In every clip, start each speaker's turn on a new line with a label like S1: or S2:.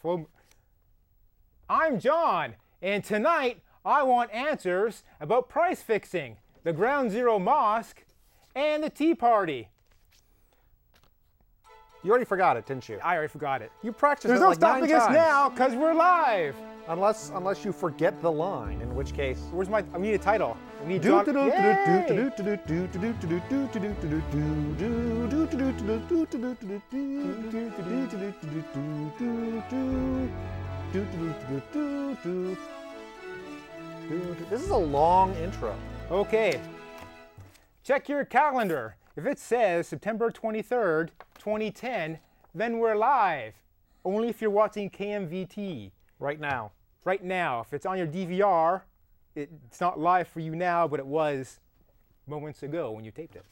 S1: from. I'm John, and tonight I want answers about price fixing, the Ground Zero Mosque, and the Tea Party.
S2: You already forgot it, didn't you?
S1: I already forgot it.
S2: You practiced
S1: There's
S2: it
S1: no
S2: like nine
S1: stopping us
S2: times.
S1: now because we're live.
S2: Unless, unless you forget the line, in which case.
S1: Where's my? I need a title. I need John. Yay!
S2: This is a long intro.
S1: Okay. Check your calendar. If it says September 23rd, 2010, then we're live. Only if you're watching KMVT
S2: Right now.
S1: right now. If it's on your DVR, it, it's not live for you now, but it was moments ago when you taped it.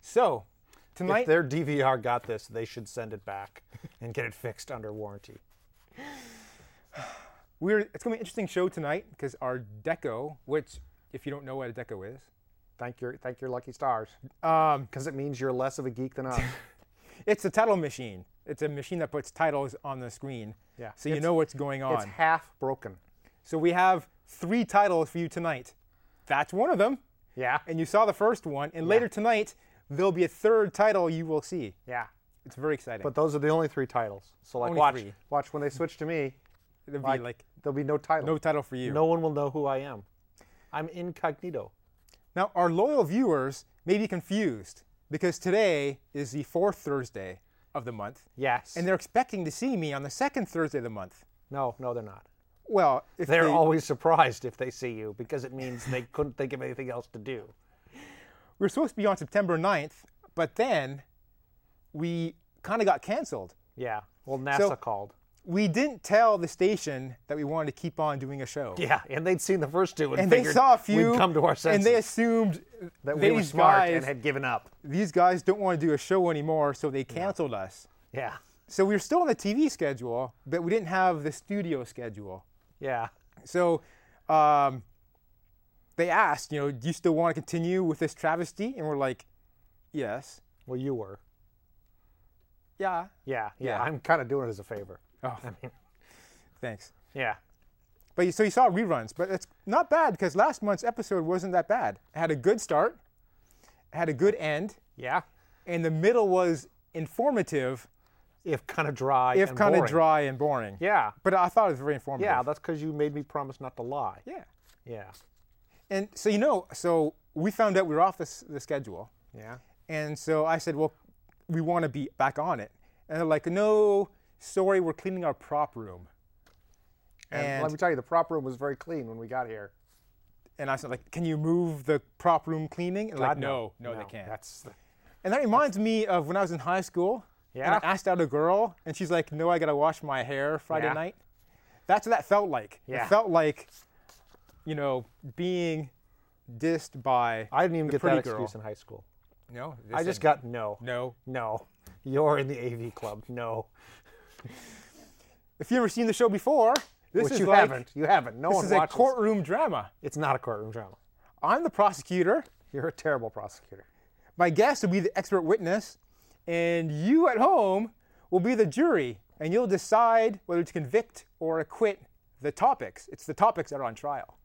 S1: So,
S2: If
S1: tonight,
S2: their DVR got this, they should send it back and get it fixed under warranty.
S1: we're, it's going to be an interesting show tonight because our deco, which, if you don't know what a deco is,
S2: Thank your, thank your lucky stars,
S1: um,
S2: because it means you're less of a geek than us.
S1: it's a title machine. It's a machine that puts titles on the screen.
S2: Yeah.
S1: So you
S2: It's-
S1: know what's going on.
S2: It's half broken.
S1: So we have three titles for you tonight. That's one of them.
S2: Yeah.
S1: And you saw the first one. And later tonight, there'll be a third title you will see.
S2: Yeah.
S1: It's very exciting.
S2: But those are the only three titles. So like
S1: Only
S2: watch
S1: three.
S2: watch when they switch to me,
S1: there'll be like
S2: there'll be no title.
S1: no title for you.
S2: No one will know who I am. I'm incognito.
S1: Now, our loyal viewers may be confused because today is the fourth Thursday of the month.
S2: Yes.
S1: And they're expecting to see me on the second Thursday of the month.
S2: no, no they're not.
S1: Well, if
S2: They're
S1: they-
S2: always surprised if they see you because it means they couldn't think of anything else to do.
S1: we were supposed to be on September 9th, but then we kind of got canceled.
S2: Yeah. Well, NASA
S1: So-
S2: called.
S1: we didn't tell the station that we wanted to keep on doing a show.
S2: Yeah, and they'd seen the first two and,
S1: And they
S2: figured
S1: saw a few,
S2: we'd come to our senses
S1: and they assumed
S2: that we
S1: these
S2: were smart
S1: guys,
S2: and had given up.
S1: these guys don't want to do a show anymore, so they canceled us.
S2: Yeah.
S1: So we were still on the TV schedule, but we didn't have the studio schedule.
S2: Yeah.
S1: So um, they asked, you know, do you still want to continue with this travesty? And we're like, yes,
S2: Well, you were.
S1: yeah,
S2: Yeah. Yeah.
S1: Yeah.
S2: I'm kind of doing it as a favor.
S1: Oh. thanks.
S2: Yeah.
S1: But you, so you saw reruns, but it's not bad because last month's episode wasn't that bad. It had a good start, it had a good end,
S2: Yeah.
S1: and the middle was informative,
S2: If kind of dry.
S1: if
S2: and
S1: kind of
S2: boring.
S1: dry and boring.
S2: Yeah.
S1: But I thought it was very informative.
S2: Yeah, that's because you made me promise not to lie.
S1: yeah.
S2: Yeah.
S1: And so you know, so we found out we were off the, s- the schedule,
S2: Yeah.
S1: and so I said, well, we want to be back on it, and they're like, no, sorry, we're cleaning our prop room.
S2: And,
S1: And-
S2: let me tell you, the prop room was very clean when we got here.
S1: And I said, like, can you move the prop room cleaning? And they're like,
S2: God,
S1: no, no, they can't.
S2: That's the-
S1: And that reminds me of when I was in high school. And
S2: Yeah?
S1: I asked out a girl, and she's like, "No, I gotta wash my hair Friday
S2: Yeah.
S1: night." That's what that felt like.
S2: Yeah.
S1: It felt like, you know, being dissed by.
S2: I didn't even
S1: the
S2: get
S1: pretty
S2: that
S1: girl.
S2: excuse in high school.
S1: No.
S2: I just got no,
S1: no.
S2: no. You're in the AV club. No,
S1: If you ever seen the show before, this
S2: which
S1: is
S2: you
S1: like
S2: haven't. You haven't. No
S1: this
S2: one
S1: is
S2: watches.
S1: a courtroom drama.
S2: It's not a courtroom drama.
S1: I'm the prosecutor.
S2: You're a terrible prosecutor.
S1: My guest will be the expert witness, and you at home will be the jury, and you'll decide whether to convict or acquit the topics. It's the topics that are on trial.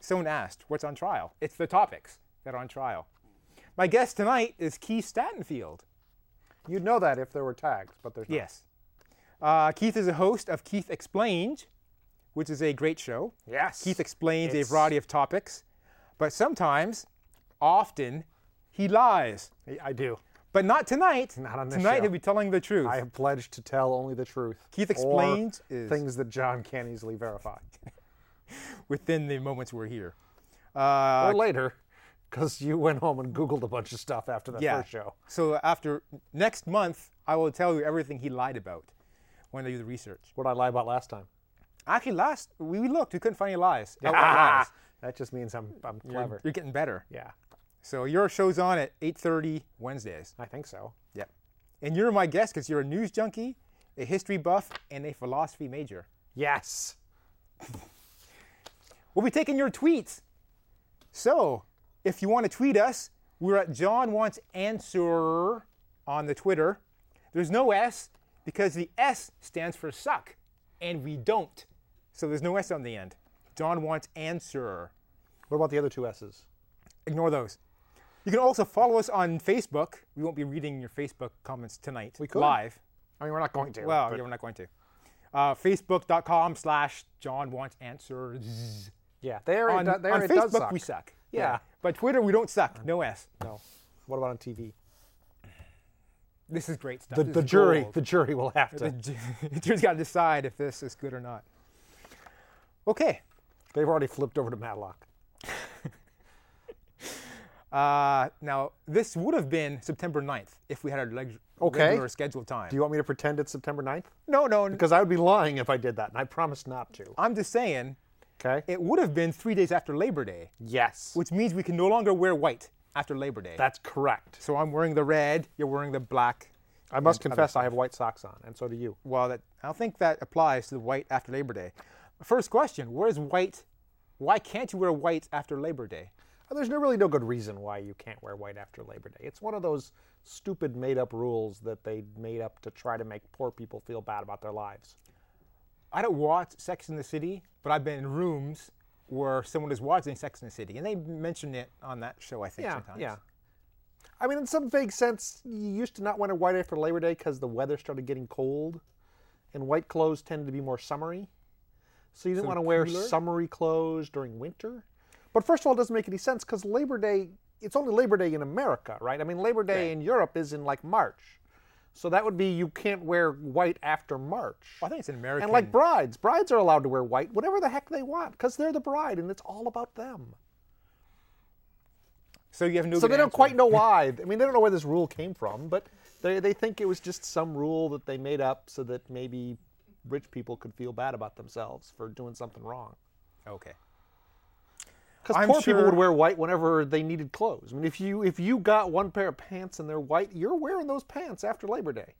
S1: Someone asked, What's on trial? It's the topics that are on trial. My guest tonight is Keith Statenfield.
S2: You'd know that if there were tags, but there's not.
S1: Yes. Uh, Keith is a host of Keith Explained, which is a great show.
S2: Yes.
S1: Keith explains
S2: It's-
S1: a variety of topics, but sometimes, often, he lies.
S2: I- I do.
S1: But not tonight.
S2: Not on this
S1: tonight
S2: show.
S1: he'll be telling the truth.
S2: I have pledged to tell only the truth.
S1: Keith
S2: or
S1: Explains is-
S2: things that John can't easily verify,
S1: within the moments we're here. Uh,
S2: or later, because you went home and Googled a bunch of stuff after that
S1: yeah.
S2: first show.
S1: So after next month, I will tell you everything he lied about when I do the research.
S2: What did I lie about last time?
S1: Actually, last we we looked, we couldn't find any lies. outright lies.
S2: That just means I'm I'm
S1: You're-
S2: clever.
S1: You're getting better.
S2: yeah,
S1: So your show's on at 8:30 Wednesdays.
S2: I think so.
S1: Yep. And you're my guest because you're a news junkie, a history buff, and a philosophy major.
S2: Yes.
S1: We'll be taking your tweets. So, if you want to tweet us, we're at John Wants Answer on the Twitter. There's no S. because the S stands for suck, and we don't. So there's no S on the end. John wants answer.
S2: What about the other two S's?
S1: Ignore those. You can also follow us on Facebook. We won't be reading your Facebook comments tonight
S2: could.
S1: live.
S2: I mean, we're not going to.
S1: Well,
S2: but
S1: yeah, we're not going to. Uh, Facebook.com slash John wants answers.
S2: yeah. There,
S1: On,
S2: it, do- there
S1: on
S2: it
S1: Facebook,
S2: does suck.
S1: we suck.
S2: Yeah.
S1: But Twitter, we don't suck. No S.
S2: No. What about on TV?
S1: This is great stuff.
S2: The,
S1: This
S2: the
S1: is
S2: jury,
S1: gold.
S2: the jury will have to.
S1: The ju- the jury's got to decide if this is good or not. Okay.
S2: They've already flipped over to Matlock.
S1: Uh, now, this would have been September 9th if we had our leg-
S2: Okay.
S1: regular scheduled time.
S2: Do you want me to pretend it's September 9th?
S1: no, no. n-
S2: Because I would be lying if I did that, and I promise not to.
S1: I'm just saying
S2: Okay.
S1: it would have been three days after Labor Day,
S2: yes.
S1: which means we can no longer wear white after Labor Day.
S2: that's correct.
S1: so I'm wearing the red, you're wearing the black.
S2: I must confess, I have white socks on, and so do you.
S1: Well, that, I don't think that applies to the white after Labor Day. First question Where's white? Why can't you wear white after Labor Day?
S2: Uh, There's no, really no good reason why you can't wear white after Labor Day. It's one of those stupid made up rules that they made up to try to make poor people feel bad about their lives.
S1: I don't watch Sex in the City, but I've been in rooms where someone is watching Sex in the City, and they mention it on that show, I think,
S2: Yeah,
S1: sometimes.
S2: yeah. I mean, in some vague sense, you used to not want to white after Labor Day because the weather started getting cold, and white clothes tended to be more summery. So you didn't want to wear
S1: cooler?
S2: summery clothes during winter. But first of all, it doesn't make any sense because Labor Day, it's only Labor Day in America, right? I mean, Labor Day in Europe is in like March. So that would be you can't wear white after March.
S1: I think it's an American.
S2: And like brides, brides are allowed to wear white, whatever the heck they want, because they're the bride and it's all about them.
S1: so you have no.
S2: So
S1: good
S2: they don't
S1: answer.
S2: quite know why. I mean, they don't know where this rule came from, but they, they think it was just some rule that they made up so that maybe rich people could feel bad about themselves for doing something wrong.
S1: Okay.
S2: Because
S1: I'm
S2: poor people
S1: sure-
S2: would wear white whenever they needed clothes. I mean, if you if you got one pair of pants and they're white, you're wearing those pants after Labor Day.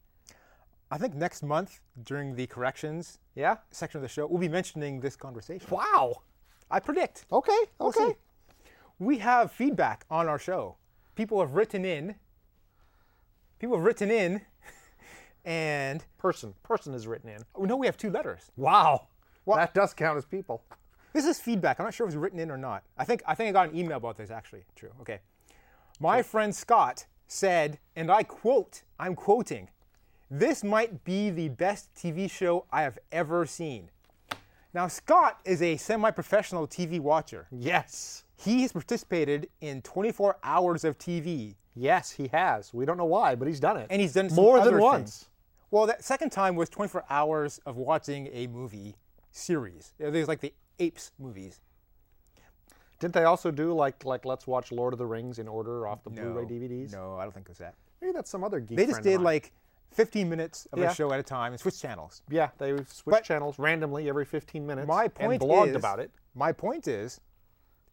S1: I think next month during the corrections
S2: Yeah.
S1: section of the show, we'll be mentioning this conversation.
S2: Wow.
S1: I predict.
S2: Okay. Okay.
S1: see. We have feedback on our show. People have written in. People have written in, and
S2: Person. Person is written in.
S1: oh, no, we have two letters.
S2: Wow. That does count as people.
S1: This is feedback. I'm not sure if it was written in or not. I think I think I got an email about this actually. True. Okay. My friend Scott said, and I quote, I'm quoting, this might be the best TV show I have ever seen. Now Scott is a semi-professional TV watcher.
S2: Yes.
S1: He has participated in 24 hours of TV.
S2: Yes, he has. We don't know why, but he's done it.
S1: And he's done some
S2: more
S1: other
S2: than
S1: things.
S2: once.
S1: Well, that second time was 24 hours of watching a movie series. There's like the Apes movies.
S2: Didn't they also do like like let's watch Lord of the Rings in order off the Blu-ray
S1: No,
S2: DVDs?
S1: No, I don't think it was that.
S2: Maybe that's some other geek.
S1: They just
S2: friend of
S1: did
S2: mine.
S1: like 15 minutes of
S2: Yeah.
S1: a show at a time and switched channels.
S2: yeah, they switched channels randomly every 15 minutes.
S1: My point
S2: and blogged
S1: is-
S2: about it.
S1: My point is,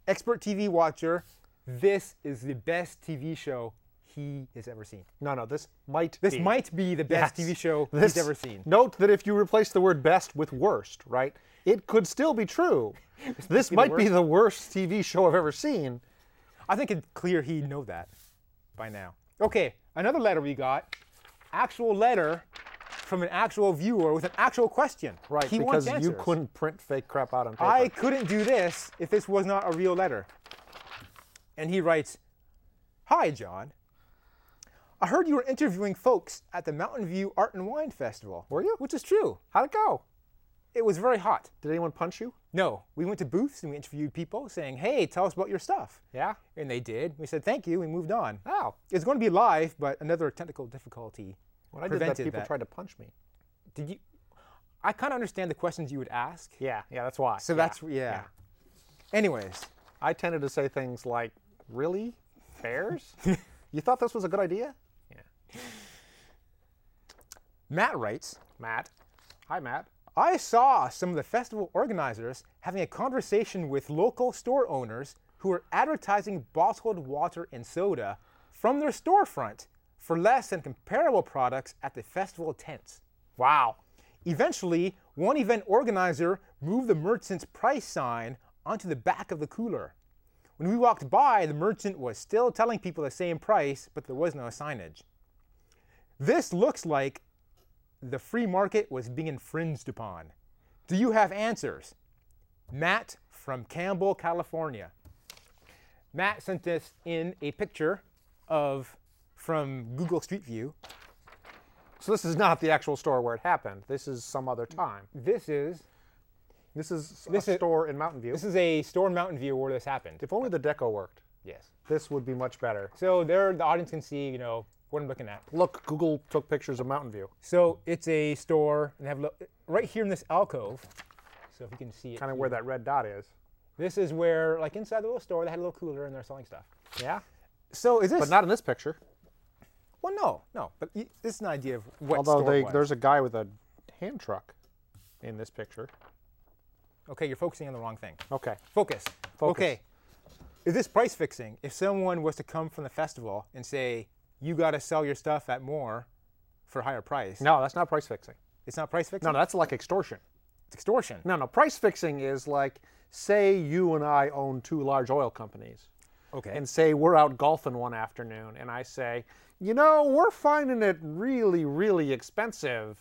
S1: expert TV watcher, this is the best TV show he has ever seen.
S2: No, no, this might
S1: This
S2: be.
S1: might be the best TV show
S2: This-
S1: he's ever seen.
S2: Note that if you replace the word best with worst, right? It could still be true. this might be the worst TV show I've ever seen.
S1: I think it's clear he'd know that by now. Okay, another letter we got, actual letter from an actual viewer with an actual question.
S2: Right,
S1: he wants
S2: because you
S1: answers.
S2: couldn't print fake crap out on paper.
S1: I couldn't do this if this was not a real letter. And he writes, Hi, John. I heard you were interviewing folks at the Mountain View Art and Wine Festival.
S2: Were you?
S1: Which is true.
S2: How'd it go?
S1: It was very hot.
S2: Did anyone punch you?
S1: No, we went to booths and we interviewed people saying, Hey, tell us about your stuff.
S2: Yeah.
S1: And they did. We said, Thank you. We moved on.
S2: Oh.
S1: It's going to be live, but another technical difficulty
S2: When I did that,
S1: prevented
S2: people tried to punch me.
S1: Did you? I kind of understand the questions you would ask.
S2: Yeah, yeah, that's why.
S1: So that's, yeah. Anyways,
S2: I tended to say things like, "Really, bears? you thought this was a good idea?" Yeah,
S1: Matt writes,
S2: Matt. Hi, Matt.
S1: I saw some of the festival organizers having a conversation with local store owners who were advertising bottled water and soda from their storefront for less than comparable products at the festival tents.
S2: Wow.
S1: Eventually, one event organizer moved the merchant's price sign onto the back of the cooler. When we walked by, the merchant was still telling people the same price, but there was no signage. This looks like the free market was being infringed upon. Do you have answers? Matt from Campbell, California. Matt sent us in a picture of from Google Street View.
S2: So this is not the actual store where it happened. This is some other time.
S1: This is
S2: This is
S1: This
S2: a
S1: is-
S2: store in Mountain View.
S1: this is a store in Mountain View where this happened.
S2: if only the deco worked.
S1: Yes.
S2: This would be much better.
S1: So there, the audience can see, you know, what I'm looking at.
S2: Look, Google took pictures of Mountain View.
S1: So it's a store, and have a look right here in this alcove. So if you can see it,
S2: Kind of where that red dot is.
S1: this is where, like inside the little store, they had a little cooler and they're selling stuff.
S2: Yeah.
S1: So is this?
S2: But not in this picture.
S1: well, no, no. But y- this is an idea of what store
S2: Although
S1: it
S2: they,
S1: was.
S2: there's a guy with a hand truck in this picture.
S1: Okay, you're focusing on the wrong thing.
S2: Okay.
S1: Focus.
S2: Focus.
S1: Okay. Is this price fixing? If someone was to come from the festival and say, "You got to sell your stuff at more for a higher price,"
S2: No, that's not price fixing.
S1: it's not price fixing.
S2: No, that's like extortion.
S1: it's extortion.
S2: No, no, price fixing is like say you and I own two large oil companies.
S1: Okay.
S2: and say we're out golfing one afternoon and I say, "You know, we're finding it really really expensive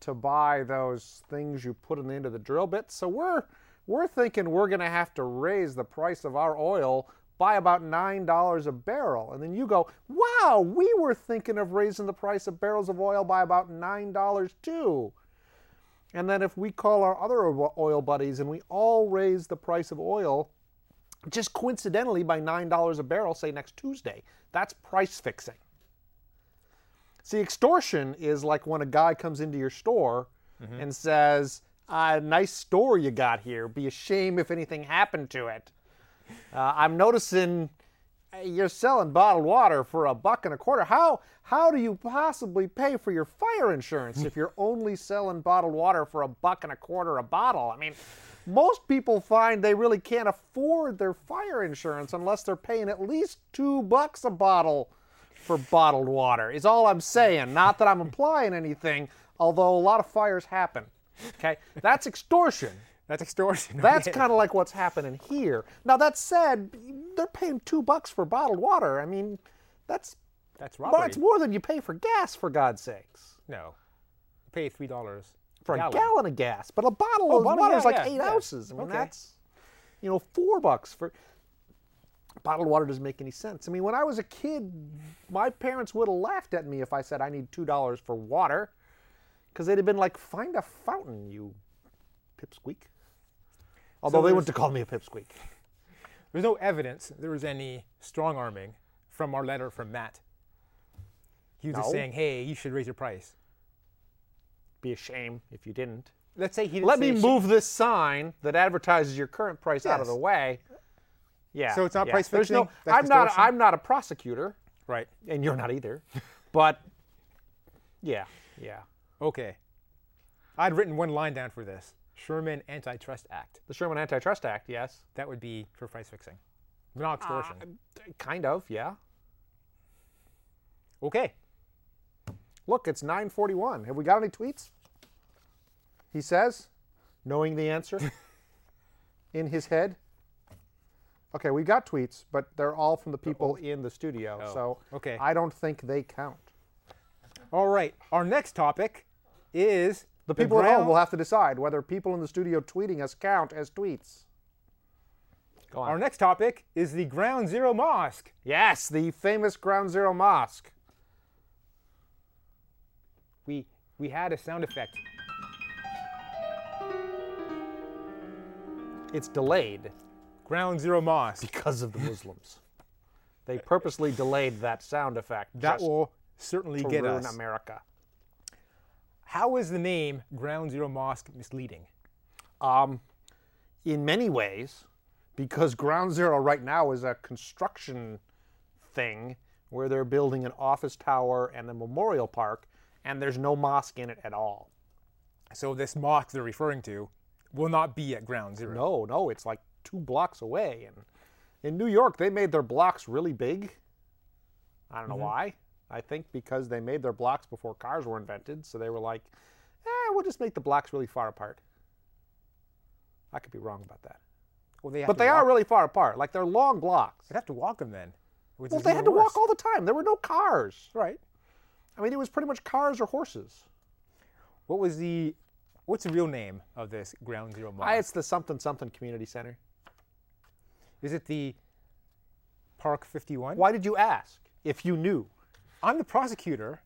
S2: to buy those things you put in the end of the drill bit. So we're we're thinking we're going to have to raise the price of our oil by about $9 a barrel." And then you go, "Wow, we were thinking of raising the price of barrels of oil by about $9 too." And then if we call our other o- oil buddies and we all raise the price of oil just coincidentally by $9 a barrel, say next Tuesday. That's price fixing. See, extortion is like when a guy comes into your store and says, uh, Nice store you got here. Be a shame if anything happened to it. Uh, I'm noticing uh, you're selling bottled water for a buck and a quarter. How how do you possibly pay for your fire insurance if you're only selling bottled water for a buck and a quarter a bottle? I mean, most people find they really can't afford their fire insurance unless they're paying at least two bucks a bottle for bottled water. Is all I'm saying. Not that I'm implying anything, although a lot of fires happen. Okay, that's extortion.
S1: that's extortion.
S2: That's kind of like what's happening here. Now that said, they're paying two bucks for bottled water. I mean, that's
S1: that's
S2: well,
S1: robbery.
S2: it's more than you pay for gas, for God's sakes,
S1: No, you pay three dollars
S2: for a gallon of gas. But a bottle of
S1: Oh, bottle,
S2: water is
S1: yeah,
S2: like
S1: yeah,
S2: eight
S1: yeah.
S2: ounces. I mean,
S1: Okay.
S2: that's you know four bucks for bottled water. Doesn't make any sense. I mean, when I was a kid, my parents would have laughed at me if I said I need two dollars for water, because they'd have been like, "Find a fountain, you pipsqueak." Although they
S1: there's-
S2: wouldn't have called me a pipsqueak.
S1: There's no evidence there was any strong arming from our letter from Matt. He was just
S2: No.
S1: saying, "Hey, you should raise your price."
S2: be a shame if you didn't.
S1: Let's say he. Didn't
S2: Let
S1: say
S2: me
S1: it should-
S2: move this sign that advertises your current price out of
S1: Yes.
S2: the way. Yeah.
S1: So it's not
S2: yeah.
S1: price
S2: There's no.
S1: fixing? That's
S2: I'm not.
S1: distortion?
S2: I'm not a prosecutor,
S1: Right.
S2: and you're not either. But yeah, yeah.
S1: Okay. I'd written one line down for this: Sherman Antitrust Act.
S2: The Sherman Antitrust Act, yes,
S1: That would be for price fixing, but not extortion.
S2: kind of, yeah.
S1: okay.
S2: Look, it's 9:41. Have we got any tweets? He says, knowing the answer in his head. Okay, we got tweets, but they're all from the people in the studio, so
S1: okay.
S2: I don't think they count.
S1: All right. Our next topic is
S2: The people at home
S1: Brown-
S2: will have to decide whether people in the studio tweeting us count as tweets. Go
S1: Our next topic is the Ground Zero Mosque.
S2: Yes, the famous Ground Zero Mosque.
S1: We we had a sound effect.
S2: It's delayed
S1: Ground Zero Mosque.
S2: because of the Muslims. they purposely delayed that sound effect.
S1: That
S2: just
S1: will certainly
S2: to
S1: get
S2: ruin
S1: us.
S2: America.
S1: How is the name Ground Zero Mosque misleading?
S2: um, in many ways, because Ground Zero right now is a construction thing where they're building an office tower and a memorial park, and there's no mosque in it at all.
S1: So this mosque they're referring to will not be at Ground Zero.
S2: No, no, it's like two blocks away. And in New York, they made their blocks really big. I don't know why. I think because they made their blocks before cars were invented, so they were like, "Eh, we'll just make the blocks really far apart." I could be wrong about that,
S1: Well, they have
S2: but
S1: to
S2: they
S1: walk.
S2: are really far apart. Like they're long blocks.
S1: They'd have to walk them then. which
S2: Well,
S1: is
S2: they
S1: even
S2: had to
S1: worse.
S2: walk all the time. There were no cars.
S1: Right.
S2: I mean, it was pretty much cars or horses.
S1: What was the what's the real name of this Ground Zero Mall?
S2: I, it's the something something community center.
S1: Is it the Park 51?
S2: Why did you ask if you knew?
S1: I'm the prosecutor.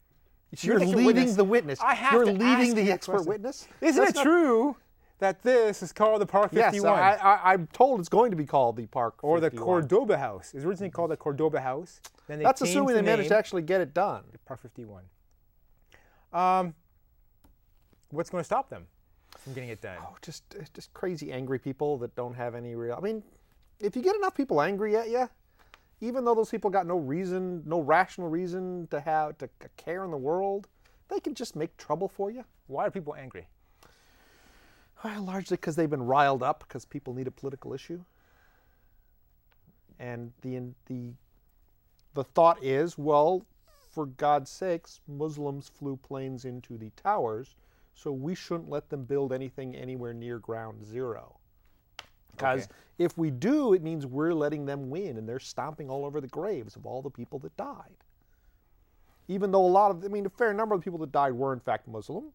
S2: You're,
S1: the expert
S2: leading
S1: witness.
S2: the witness.
S1: I have
S2: You're
S1: to
S2: leading
S1: ask
S2: the
S1: you a
S2: expert
S1: question.
S2: witness.
S1: Isn't
S2: That's
S1: it
S2: not-
S1: true that this is called the Park
S2: Yes,
S1: 51?
S2: I, I, I'm told it's going to be called the park
S1: or the
S2: 51.
S1: Cordoba House. It was originally called the Cordoba House. Then they
S2: That's
S1: changed
S2: assuming
S1: the
S2: they
S1: name
S2: managed to actually get it done.
S1: to Park 51. Um, what's going to stop them from getting it done?
S2: Oh, just just crazy angry people that don't have any real. I mean, if you get enough people angry at you, even though those people got no reason, no rational reason to have to c- care in the world, they can just make trouble for you.
S1: Why are people angry?
S2: Well, Uh, largely because they've been riled up because people need a political issue. And the the the thought is, well, for God's sakes, Muslims flew planes into the towers, so we shouldn't let them build anything anywhere near ground zero. Because
S1: Okay.
S2: if we do, it means we're letting them win, and they're stomping all over the graves of all the people that died. Even though a lot of, I mean, a fair number of the people that died were in fact Muslim,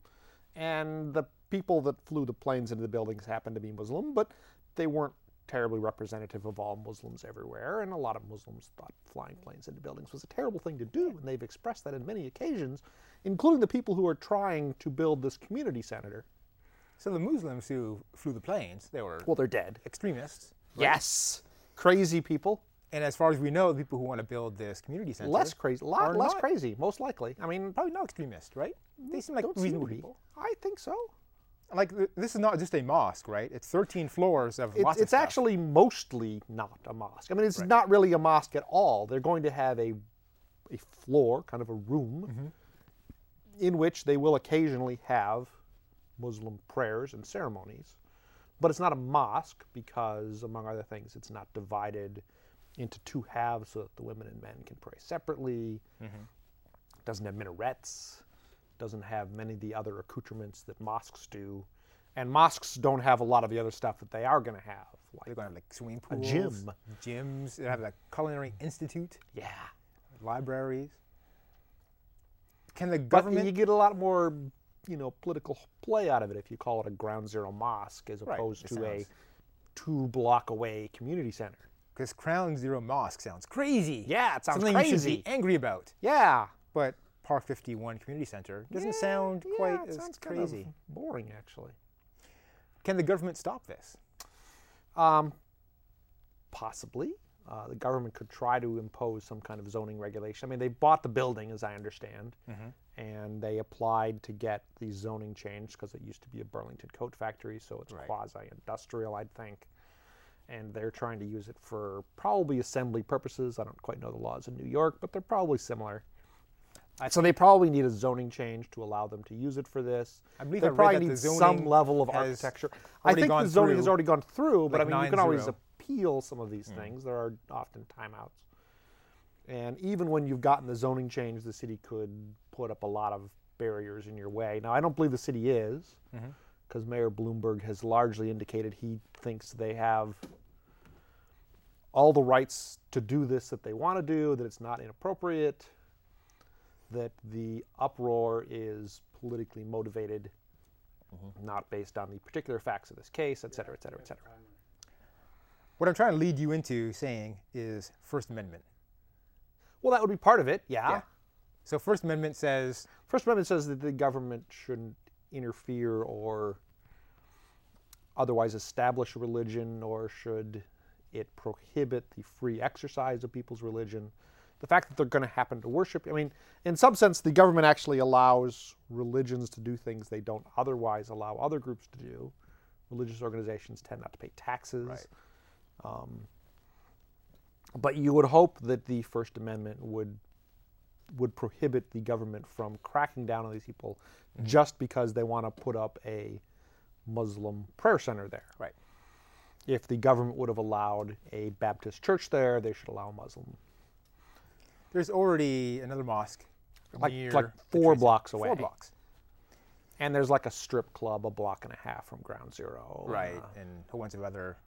S2: and the people that flew the planes into the buildings happened to be Muslim, but they weren't terribly representative of all Muslims everywhere, and a lot of Muslims thought flying planes into buildings was a terrible thing to do, and they've expressed that on many occasions, including the people who are trying to build this community senator.
S1: So the Muslims who flew the planes, they were
S2: Well, they're dead.
S1: extremists.
S2: Yes, crazy people.
S1: And as far as we know, the people who want to build this community center
S2: Less crazy, a
S1: Are
S2: lot less
S1: not-
S2: crazy, most likely. I mean,
S1: probably not extremists, right? They seem like
S2: don't seem to
S1: reasonable
S2: be.
S1: people.
S2: I think so.
S1: Like th- this is not just a mosque, right? It's 13 floors of
S2: It's,
S1: lots of
S2: it's
S1: stuff.
S2: actually mostly not a mosque. I mean, it's not really a mosque at all. They're going to have a, a floor, kind of a room, in which they will occasionally have Muslim prayers and ceremonies. But it's not a mosque because, among other things, it's not divided into two halves so that the women and men can pray separately. Doesn't have minarets. Doesn't have many of the other accoutrements that mosques do. And mosques don't have a lot of the other stuff that they are going to have.
S1: They're going
S2: Like,
S1: to have like swimming pools,
S2: gym.
S1: gyms. They have a culinary institute,
S2: yeah.
S1: libraries. Can the
S2: But
S1: government?
S2: you get a lot more, you know, political play out of it if you call it a ground zero mosque as opposed
S1: it
S2: to a
S1: sounds-
S2: two block away community center.
S1: Because Crown Zero Mosque sounds crazy.
S2: Yeah, it sounds
S1: something you should
S2: crazy.
S1: be angry about.
S2: Yeah.
S1: But Park 51 Community Center doesn't
S2: Yeah,
S1: sound
S2: yeah,
S1: quite
S2: it
S1: as
S2: sounds kind of
S1: crazy.
S2: boring, actually.
S1: Can the government stop this?
S2: Um, possibly. Uh, the government could try to impose some kind of zoning regulation. I mean, they bought the building, as I understand,
S1: Mm-hmm.
S2: and they applied to get the zoning changed because it used to be a Burlington coat factory, so it's quasi industrial, I'd think. And they're trying to use it for probably assembly purposes. I don't quite know the laws in New York, but they're probably similar. Uh, So they probably need a zoning change to allow them to use it for this.
S1: I believe
S2: they
S1: I read
S2: probably
S1: that the zoning
S2: need some level of
S1: has
S2: architecture. I
S1: already
S2: think
S1: gone
S2: the zoning has
S1: through.
S2: already already gone through, but
S1: Like
S2: I mean, you can always
S1: 9-0.
S2: appeal some of these things. There are often timeouts. And even when you've gotten the zoning change, the city could put up a lot of barriers in your way. Now, I don't believe the city is, because Mayor Bloomberg has largely indicated he thinks they have all the rights to do this that they want to do, that it's not inappropriate, that the uproar is politically motivated, not based on the particular facts of this case, et cetera, et cetera, et cetera.
S1: What I'm trying to lead you into saying is First Amendment.
S2: Well, that would be part of it, yeah.
S1: Yeah. So First Amendment says
S2: First Amendment says that the government shouldn't interfere or otherwise establish a religion, or should it prohibit the free exercise of people's religion. The fact that they're going to happen to worship, I mean, in some sense, the government actually allows religions to do things they don't otherwise allow other groups to do. Religious organizations tend not to pay taxes. Um,
S1: Right.
S2: But you would hope that the First Amendment would would prohibit the government from cracking down on these people just because they want to put up a Muslim prayer center there.
S1: right.
S2: If the government would have allowed a Baptist church there, they should allow a Muslim.
S1: There's already another mosque
S2: Like-
S1: near
S2: like
S1: the
S2: four
S1: trade center.
S2: blocks away.
S1: Four blocks.
S2: And there's like a strip club a block and a half from Ground Zero.
S1: Right.
S2: uh,
S1: And a bunch of other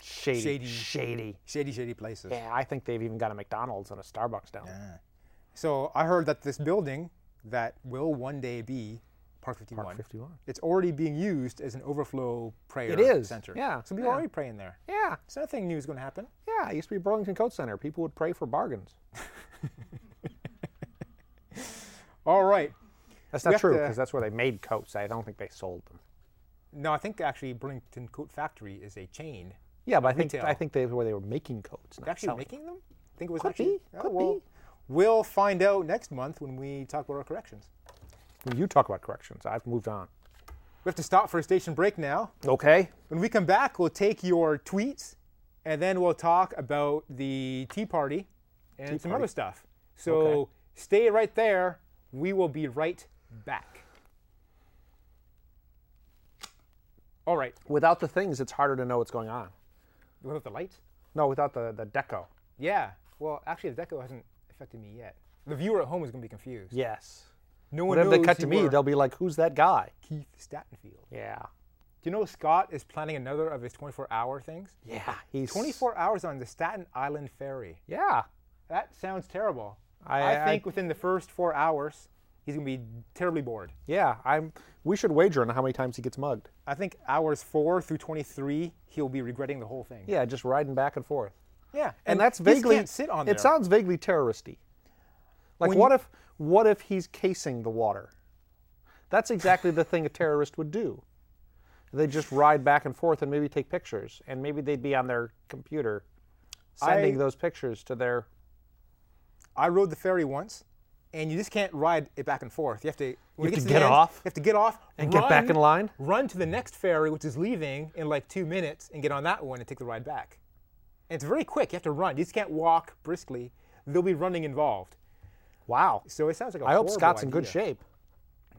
S2: shady,
S1: Shady.
S2: shady. Shady.
S1: shady, shady places.
S2: Yeah, I think they've even got a McDonald's and a Starbucks down there.
S1: So I heard that this building that will one day be Park 51.
S2: Park 51.
S1: It's already being used as an overflow prayer
S2: It is,
S1: center.
S2: yeah,
S1: So people are already praying there.
S2: Yeah,
S1: So nothing new is going to happen.
S2: yeah. It used to be Burlington Coat Center. People would pray for bargains.
S1: All right.
S2: That's
S1: We
S2: not
S1: have
S2: true
S1: to-
S2: because that's where they made coats. I don't think they sold them.
S1: No, I think actually Burlington Coat Factory is a chain.
S2: Yeah, but I think
S1: Retail.
S2: I think they where they were making coats. Not
S1: They're actually
S2: selling.
S1: making them? I think it was
S2: Could
S1: actually. Oh,
S2: be, could
S1: we'll,
S2: be.
S1: we'll find out next month when we talk about our corrections.
S2: You talk about corrections. I've moved on.
S1: We have to stop for a station break now.
S2: Okay.
S1: When we come back, we'll take your tweets and then we'll talk about the Tea Party and some
S2: Party.
S1: other stuff. So stay right there. We will be right back. All right.
S2: Without the things, it's harder to know what's going on.
S1: Without the lights?
S2: No, without the, the deco.
S1: Yeah. Well, actually, the deco hasn't affected me yet. The viewer at home is going to be confused.
S2: Yes.
S1: No one
S2: Whenever they
S1: knows
S2: cut
S1: you
S2: to me,
S1: are
S2: they'll be like, "Who's that guy?"
S1: Keith Statenfield.
S2: Yeah.
S1: Do you know Scott is planning another of his 24-hour things?
S2: Yeah. He's
S1: 24 hours on the Staten Island ferry.
S2: Yeah.
S1: That sounds terrible.
S2: I-
S1: I,
S2: I-
S1: think within the first four hours, he's gonna be terribly bored.
S2: Yeah. I'm. We should wager on how many times he gets mugged.
S1: I think hours four through 23, he'll be regretting the whole thing.
S2: Yeah, just riding back and forth.
S1: Yeah,
S2: and, that's vaguely
S1: He can't sit on
S2: it
S1: there.
S2: sounds vaguely terroristy like
S1: When
S2: what
S1: you-
S2: if what if he's casing the water that's exactly the thing a terrorist would do they just ride back and forth and maybe take pictures and maybe they'd be on their computer sending
S1: I-
S2: those pictures to their
S1: I rode the ferry once, and you just can't ride it back and forth. You have to. When it
S2: You have
S1: gets
S2: to
S1: the
S2: get
S1: end,
S2: off
S1: You have to get off
S2: and get back
S1: run-
S2: in line?
S1: Run to the next ferry, which is leaving in like two minutes, and get on that one and take the ride back. And it's very quick. You have to run. You just can't walk briskly. There'll be running involved.
S2: wow
S1: So it sounds like a
S2: i hope
S1: horrible
S2: scott's in good
S1: idea.
S2: shape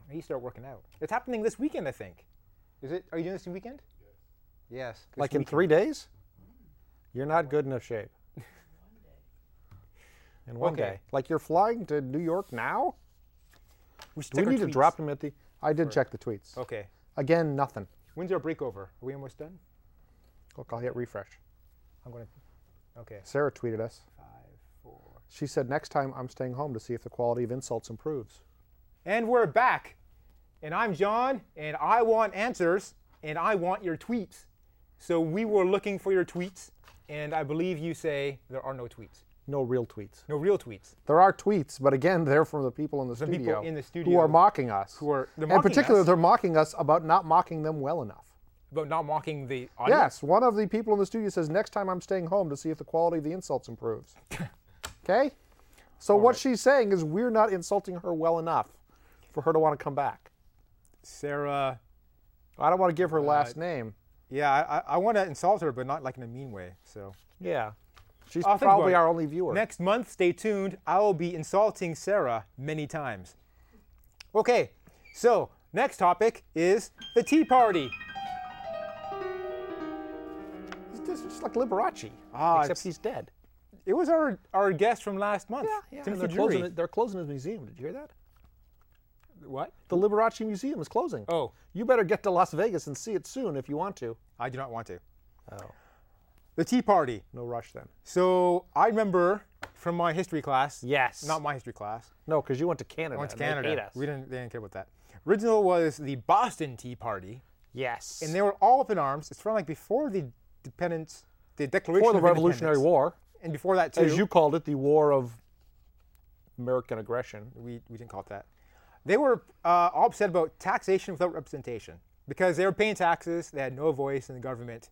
S1: Maybe you start working out. It's happening this weekend, I think. Is it? Are you doing this weekend? Yes. this
S2: like in
S1: weekend.
S2: three days you're not good enough shape in one
S1: Okay.
S2: day like you're flying to new york now
S1: We, should
S2: do we
S1: check our
S2: need to
S1: tweets.
S2: drop him at the i did check the tweets
S1: Okay.
S2: Again, nothing.
S1: When's our break over? Are we almost done?
S2: Look, I'll hit refresh.
S1: I'm gonna. Okay.
S2: Sarah tweeted us.
S1: Five, four.
S2: She said, next time I'm staying home to see if the quality of insults improves.
S1: And we're back. And I'm John, and I want answers, and I want your tweets. So we were looking for your tweets, and I believe you say there are no tweets,
S2: No real tweets.
S1: no real tweets.
S2: There are tweets, but again, they're from the people in the,
S1: people
S2: studio,
S1: in the
S2: who
S1: studio
S2: are mocking us. Who
S1: are- they're
S2: in
S1: mocking
S2: particular,
S1: us.
S2: they're mocking us about not mocking them well enough.
S1: But not mocking the audience.
S2: Yes, one of the people in the studio says, next time I'm staying home to see if the quality of the insults improves. Okay? So what she's saying is we're not insulting her well enough for her to want to come back.
S1: Sarah.
S2: I don't want to give
S1: Uh,
S2: her last name.
S1: Yeah, I, I- I want to insult her, but not like in a mean way. So.
S2: Yeah. She's
S1: I'll think about
S2: probably
S1: it.
S2: our only viewer.
S1: Next month, stay tuned. I will be insulting Sarah many times. Okay, so next topic is the Tea Party.
S2: It's just, it's like Liberace,
S1: Ah,
S2: except
S1: it's-
S2: he's dead.
S1: It was our, our guest from last month, Timothy
S2: they're, closing,
S1: Drury.
S2: it- they're closing his museum. Did you hear that?
S1: What?
S2: The Liberace Museum is closing.
S1: Oh,
S2: You better get to Las Vegas and see it soon if you want to.
S1: I do not want to.
S2: Oh.
S1: The Tea Party.
S2: No rush then.
S1: So I remember from my history class.
S2: Yes.
S1: Not my history class.
S2: No, because you went to Canada.
S1: I went to
S2: and they hate
S1: Canada.
S2: us.
S1: We didn't, they didn't care about that. Original was the Boston Tea Party,
S2: Yes.
S1: and they were all up in arms. It's from like before the dependence, the Declaration
S2: Before the
S1: of
S2: Revolutionary
S1: Independence.
S2: War,
S1: and before that too.
S2: as you called it, the War of American Aggression.
S1: we, we didn't call it that. They were uh, all upset about taxation without representation because they were paying taxes. They had no voice in the government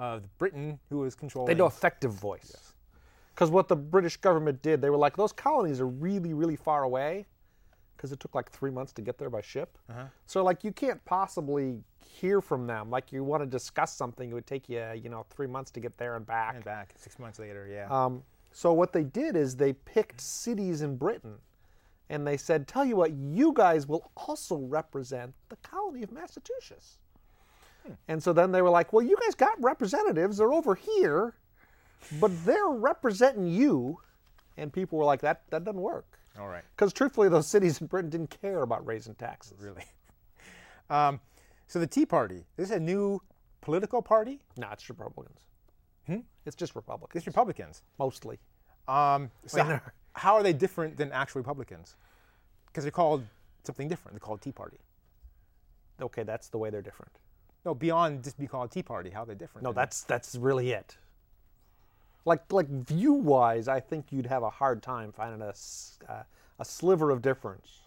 S1: of Britain, who was controlling.
S2: They had no effective voice. Because what the British government did, they were like, those colonies are really, really far away. Because it took like three months to get there by ship. So, like, you can't possibly hear from them. Like, you want to discuss something, it would take you, you know, three months to get there and back.
S1: And back six months later, yeah.
S2: Um, so, what they did is they picked cities in Britain and they said, tell you what, you guys will also represent the colony of Massachusetts.
S1: Hmm.
S2: And so then they were like, well, you guys got representatives. They're over here, but they're representing you. And people were like, that, that doesn't work.
S1: all right,
S2: Because truthfully, those cities in Britain didn't care about raising taxes.
S1: really. Um, so the Tea Party. This is a new political party.
S2: No, it's just Republicans. It's just Republicans,
S1: Hmm? It's Republicans.
S2: mostly.
S1: Um, so
S2: Wait, no.
S1: how are they different than actual Republicans? Because they're called something different. They're called Tea Party.
S2: Okay, that's the way they're different.
S1: No, beyond just be called Tea Party, how they're different.
S2: No, that's that's really it. Like like view wise, I think you'd have a hard time finding a s- uh, a sliver of difference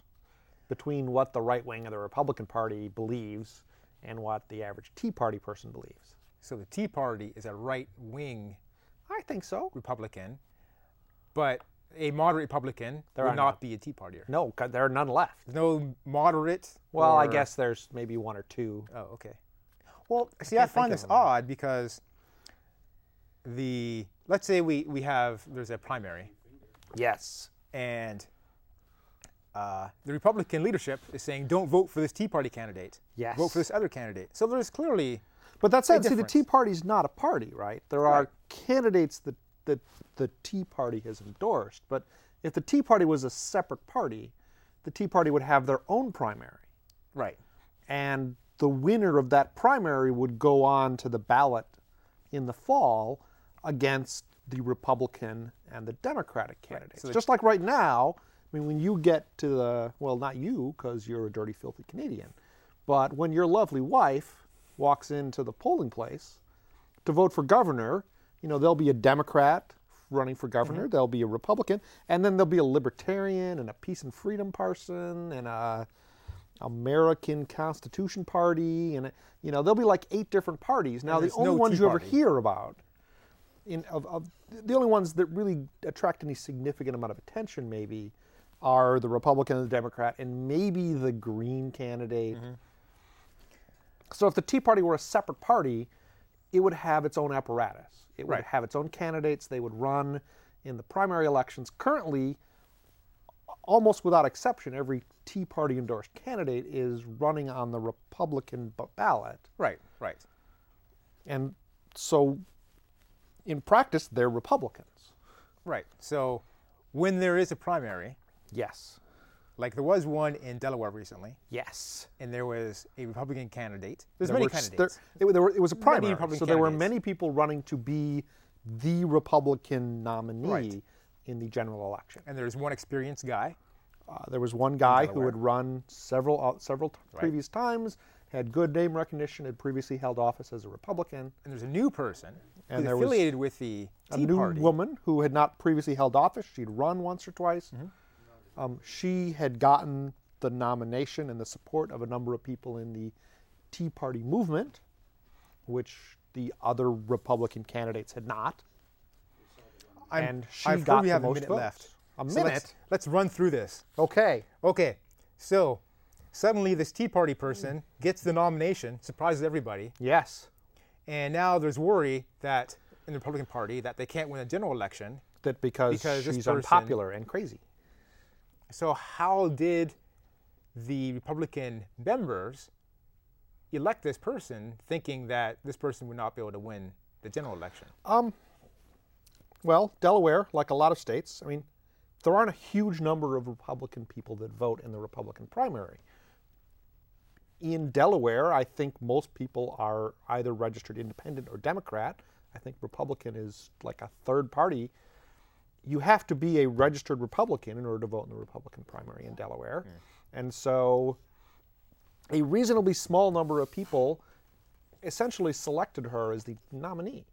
S2: between what the right wing of the Republican Party believes and what the average Tea Party person believes.
S1: So the Tea Party is a right wing
S2: I think so.
S1: Republican, but a moderate Republican
S2: There
S1: would
S2: are
S1: not
S2: none.
S1: be a Tea Partier.
S2: No, 'cause there are none left.
S1: No moderate.
S2: Well, I
S1: or-
S2: guess there's maybe one or two.
S1: Oh, okay.
S2: Well,
S1: See, I find this odd because the let's say we we have there's a primary
S2: Yes.
S1: and uh, the Republican leadership is saying don't vote for this Tea Party candidate.
S2: Yes.
S1: Vote for this other candidate. So there's clearly
S2: But that said, see, the
S1: difference.
S2: Tea Party's not a party, right? There are candidates that, that the Tea Party has endorsed. But if the Tea Party was a separate party, the Tea Party would have their own primary.
S1: right.
S2: And the winner of that primary would go on to the ballot in the fall against the Republican and the Democratic candidates.
S1: so the-
S2: Just like right now, I mean, when you get to the, well, not you, because you're a dirty, filthy Canadian, but when your lovely wife walks into the polling place, to vote for governor, you know, there'll be a Democrat running for governor,
S1: Mm-hmm.
S2: there'll be a Republican, and then there'll be a libertarian and a peace and freedom person and a American Constitution Party and you know, there'll be like eight different parties. Now the
S1: there's
S2: only
S1: no
S2: ones
S1: Tea
S2: you ever
S1: Party.
S2: hear about in of, of the only ones that really attract any significant amount of attention maybe are the Republican and the Democrat and maybe the Green candidate.
S1: Mm-hmm.
S2: So if the Tea Party were a separate party, it would have its own apparatus. It would
S1: Right.
S2: have its own candidates. They would run in the primary elections. Currently, almost without exception, every Tea Party endorsed candidate is running on the Republican b- ballot.
S1: Right. Right.
S2: And so, in practice, they're Republicans.
S1: Right. So when there is a primary,
S2: Yes.
S1: like there was one in Delaware recently,
S2: Yes.
S1: and there was a Republican candidate. There's
S2: There
S1: many
S2: were s- there-
S1: candidates.
S2: it, there were- it was a primary,
S1: Republican
S2: so there were
S1: candidates.
S2: many people running to be the Republican nominee
S1: Right.
S2: in the general election.
S1: and there's one experienced guy.
S2: Uh, there was one guy who
S1: Delaware.
S2: had run several uh, several t- previous times, had good name recognition, had previously held office as a Republican.
S1: and there's a new person
S2: And
S1: who's
S2: there was
S1: affiliated with the
S2: a
S1: Tea
S2: new
S1: Party.
S2: woman who had not previously held office. She'd run once or twice.
S1: Mm-hmm.
S2: Um, she had gotten the nomination and the support of a number of people in the Tea Party movement, which the other Republican candidates had not.
S1: I'm,
S2: and she
S1: I've heard
S2: got
S1: we
S2: the
S1: have a
S2: most
S1: minute
S2: votes.
S1: left.
S2: A
S1: So let's,
S2: minute?
S1: let's run through this.
S2: Okay.
S1: Okay, so suddenly this Tea Party person gets the nomination, surprises everybody,
S2: Yes.
S1: and now there's worry that in the Republican Party that they can't win a general election.
S2: That because,
S1: Because this
S2: she's
S1: person-
S2: unpopular and crazy.
S1: So how did the Republican members elect this person, thinking that this person would not be able to win the general election?
S2: Um, Well, Delaware, like a lot of states, I mean, there aren't a huge number of Republican people that vote in the Republican primary. In Delaware, I think most people are either registered independent or Democrat. I think Republican is like a third party. You have to be a registered Republican in order to vote in the Republican primary in Delaware. And so a reasonably small number of people essentially selected her as the nominee.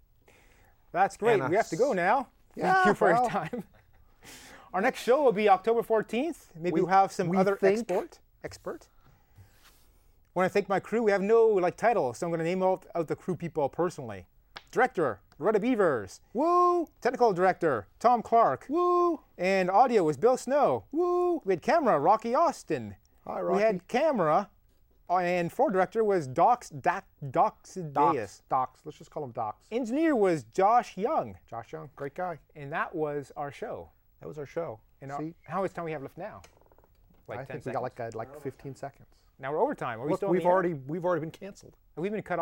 S1: That's great.
S2: And
S1: we have to go
S2: us.
S1: now. Thank
S2: Yeah,
S1: you for
S2: well.
S1: your time. Our next show will be October 14th. Maybe we, will have some
S2: we
S1: other
S2: think-
S1: export expert. want to thank my crew. We have no like title, so I'm going to name out, out the crew people personally. Director Loretta Beavers. Woo! Technical director Tom Clark. Woo! And audio was Bill Snow. Woo! We had camera Rocky Austin.
S2: Hi,
S1: We had camera, uh, and floor director was Docs Doc Doxidaeus.
S2: Docs. Docs. Let's just call him Docs.
S1: Engineer was Josh Young.
S2: Josh Young, great guy.
S1: And that was our show.
S2: That was our show.
S1: And
S2: See,
S1: our, how much time we have left now? Like
S2: I
S1: 10
S2: think
S1: seconds.
S2: we got like uh, like 15 seconds.
S1: now we're overtime. Are we
S2: Look,
S1: still on
S2: we've
S1: the air?
S2: already we've already been canceled.
S1: We've been cut